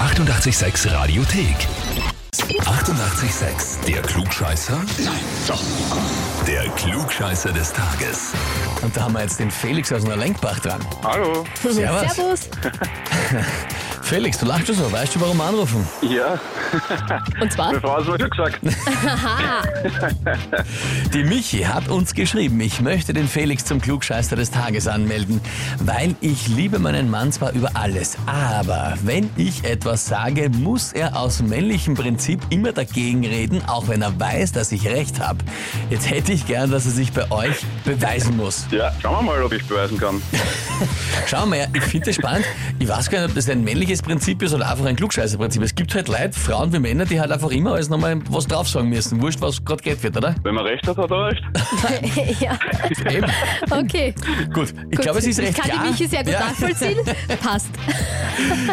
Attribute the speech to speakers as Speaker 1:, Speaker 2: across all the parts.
Speaker 1: 886 Radiothek. 88,6. Der Klugscheißer? Nein, doch. Der Klugscheißer des Tages.
Speaker 2: Und da haben wir jetzt den Felix aus Lenkbach dran.
Speaker 3: Hallo.
Speaker 2: Servus.
Speaker 4: Servus.
Speaker 2: Felix, du lachst schon so. Weißt du, warum wir anrufen?
Speaker 3: Ja,
Speaker 4: Und zwar?
Speaker 3: meine Frau hat mir schon gesagt.
Speaker 2: Die Michi hat uns geschrieben, ich möchte den Felix zum Klugscheißer des Tages anmelden, weil ich liebe meinen Mann zwar über alles, aber wenn ich etwas sage, muss er aus männlichem Prinzip immer dagegen reden, auch wenn er weiß, dass ich recht habe. Jetzt hätte ich gern, dass er sich bei euch beweisen muss.
Speaker 3: Ja, schauen wir mal, ob ich beweisen kann.
Speaker 2: Schau mal, ich finde das spannend. Ich weiß gar nicht, ob das ein männliches Prinzip ist oder einfach ein Klugscheißer-Prinzip. Es gibt halt Leute, Frauen wie Männer, die halt einfach immer alles nochmal was drauf sagen müssen. Wurscht, was gerade geht wird, oder?
Speaker 3: Wenn man recht hat, hat er recht.
Speaker 4: ja,
Speaker 2: Eben.
Speaker 4: okay.
Speaker 2: Gut, ich
Speaker 4: Gut.
Speaker 2: glaube, es ist recht
Speaker 4: Ich kann
Speaker 2: klar.
Speaker 4: die Michi sehr gut
Speaker 2: ja,
Speaker 4: nachvollziehen. Passt.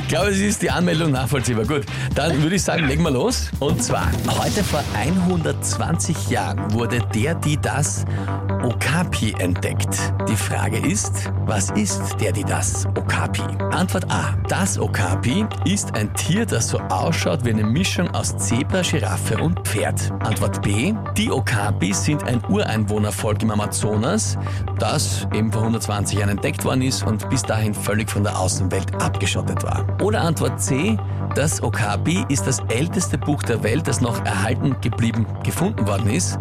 Speaker 2: Ich glaube, es ist die Anmeldung nachvollziehbar. Gut, dann würde ich sagen, legen wir los. Und zwar, heute vor 120 Jahren wurde der, die das Okapi entdeckt. Die Frage ist, was ist der, die das Okapi? Antwort A. Das Okapi ist ein Tier, das so ausschaut wie eine Mischung aus Zebra, Giraffe und Pferd. Antwort B. Die Okapis sind ein Ureinwohnervolk im Amazonas, das eben vor 120 Jahren entdeckt worden ist und bis dahin völlig von der Außenwelt abgeschottet war. Oder Antwort C. Das Okapi ist das älteste Buch der Welt, das noch erhalten geblieben gefunden worden ist.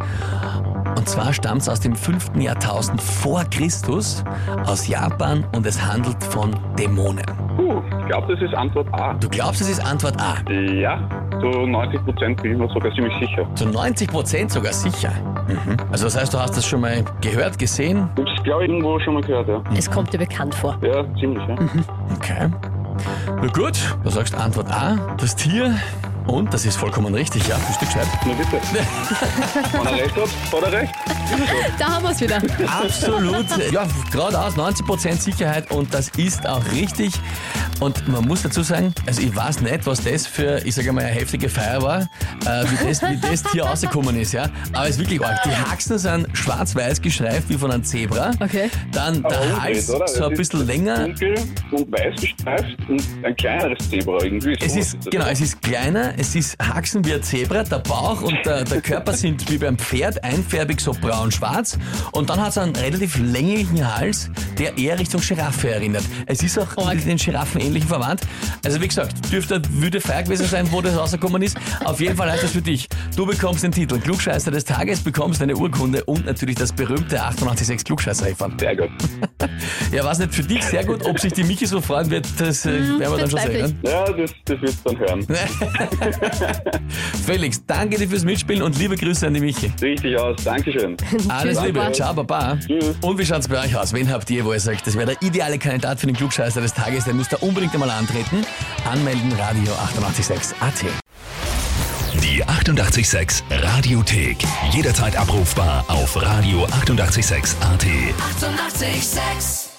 Speaker 2: Und zwar stammt es aus dem 5. Jahrtausend vor Christus aus Japan und es handelt von Dämonen.
Speaker 3: Puh, ich glaube, das ist Antwort A.
Speaker 2: Du glaubst, es ist Antwort A.
Speaker 3: Ja, zu 90 Prozent bin ich mir sogar ziemlich sicher.
Speaker 2: Zu 90 Prozent sogar sicher. Mhm. Also das heißt, du hast das schon mal gehört, gesehen?
Speaker 3: Ich habe glaube ich, irgendwo schon mal gehört, ja.
Speaker 4: Es kommt dir bekannt vor.
Speaker 3: Ja, ziemlich, ja.
Speaker 2: Okay. Na gut, du sagst Antwort A, das Tier. Und das ist vollkommen richtig, ja, bist du gescheit.
Speaker 3: Na bitte. Wenn er recht hat, hat er recht.
Speaker 4: Da haben wir es wieder.
Speaker 2: Absolut. Ja, geradeaus 90% Sicherheit und das ist auch richtig. Und man muss dazu sagen, also ich weiß nicht, was das für, ich sage mal, eine heftige Feier war, äh, wie, das, wie das Tier rausgekommen ist, ja. Aber es ist wirklich arg. Die Haxen sind schwarz-weiß gestreift wie von einem Zebra.
Speaker 4: Okay.
Speaker 2: Dann der
Speaker 3: Aber umgedreht,
Speaker 2: Hals
Speaker 3: oder?
Speaker 2: so ein
Speaker 3: Es ist
Speaker 2: bisschen länger.
Speaker 3: Dunkel und weiß gestreift und ein kleineres Zebra irgendwie.
Speaker 2: Es
Speaker 3: So
Speaker 2: ist,
Speaker 3: das.
Speaker 2: genau, es ist kleiner, es ist Haxen wie ein Zebra, der Bauch und der, der Körper sind wie beim Pferd einfärbig, so braun-schwarz. Und dann hat es einen relativ länglichen Hals, der eher Richtung Giraffe erinnert. Es ist auch mit den Giraffen ähnlich verwandt. Also wie gesagt, dürfte würde fair gewesen sein, wo das rausgekommen ist. Auf jeden Fall heißt das für dich. Du bekommst den Titel Klugscheißer des Tages, bekommst eine Urkunde und natürlich das berühmte 886 klugscheißer -Eifern.
Speaker 3: Sehr gut.
Speaker 2: Ja, was nicht für dich sehr gut, ob sich die Michi so freuen wird, das äh, werden wir dann schon
Speaker 4: bezweifle ich.
Speaker 2: sehen.
Speaker 3: Ja, das, das wird's dann hören.
Speaker 2: Felix, danke dir fürs Mitspielen und liebe Grüße an die Michi.
Speaker 3: Richtig aus. Dankeschön.
Speaker 2: Alles
Speaker 4: Tschüss,
Speaker 2: Liebe.
Speaker 4: Baba.
Speaker 2: Ciao, Baba.
Speaker 3: Tschüss.
Speaker 2: Und wie schaut's bei euch aus? Wen habt ihr, wo ihr sagt, das wäre der ideale Kandidat für den Klugscheißer des Tages? Der müsst ihr unbedingt einmal antreten. Anmelden, Radio 886 AT.
Speaker 1: Die 88,6 Radiothek. Jederzeit abrufbar auf radio886.at. 88,6.
Speaker 5: Eighty-eight, sex.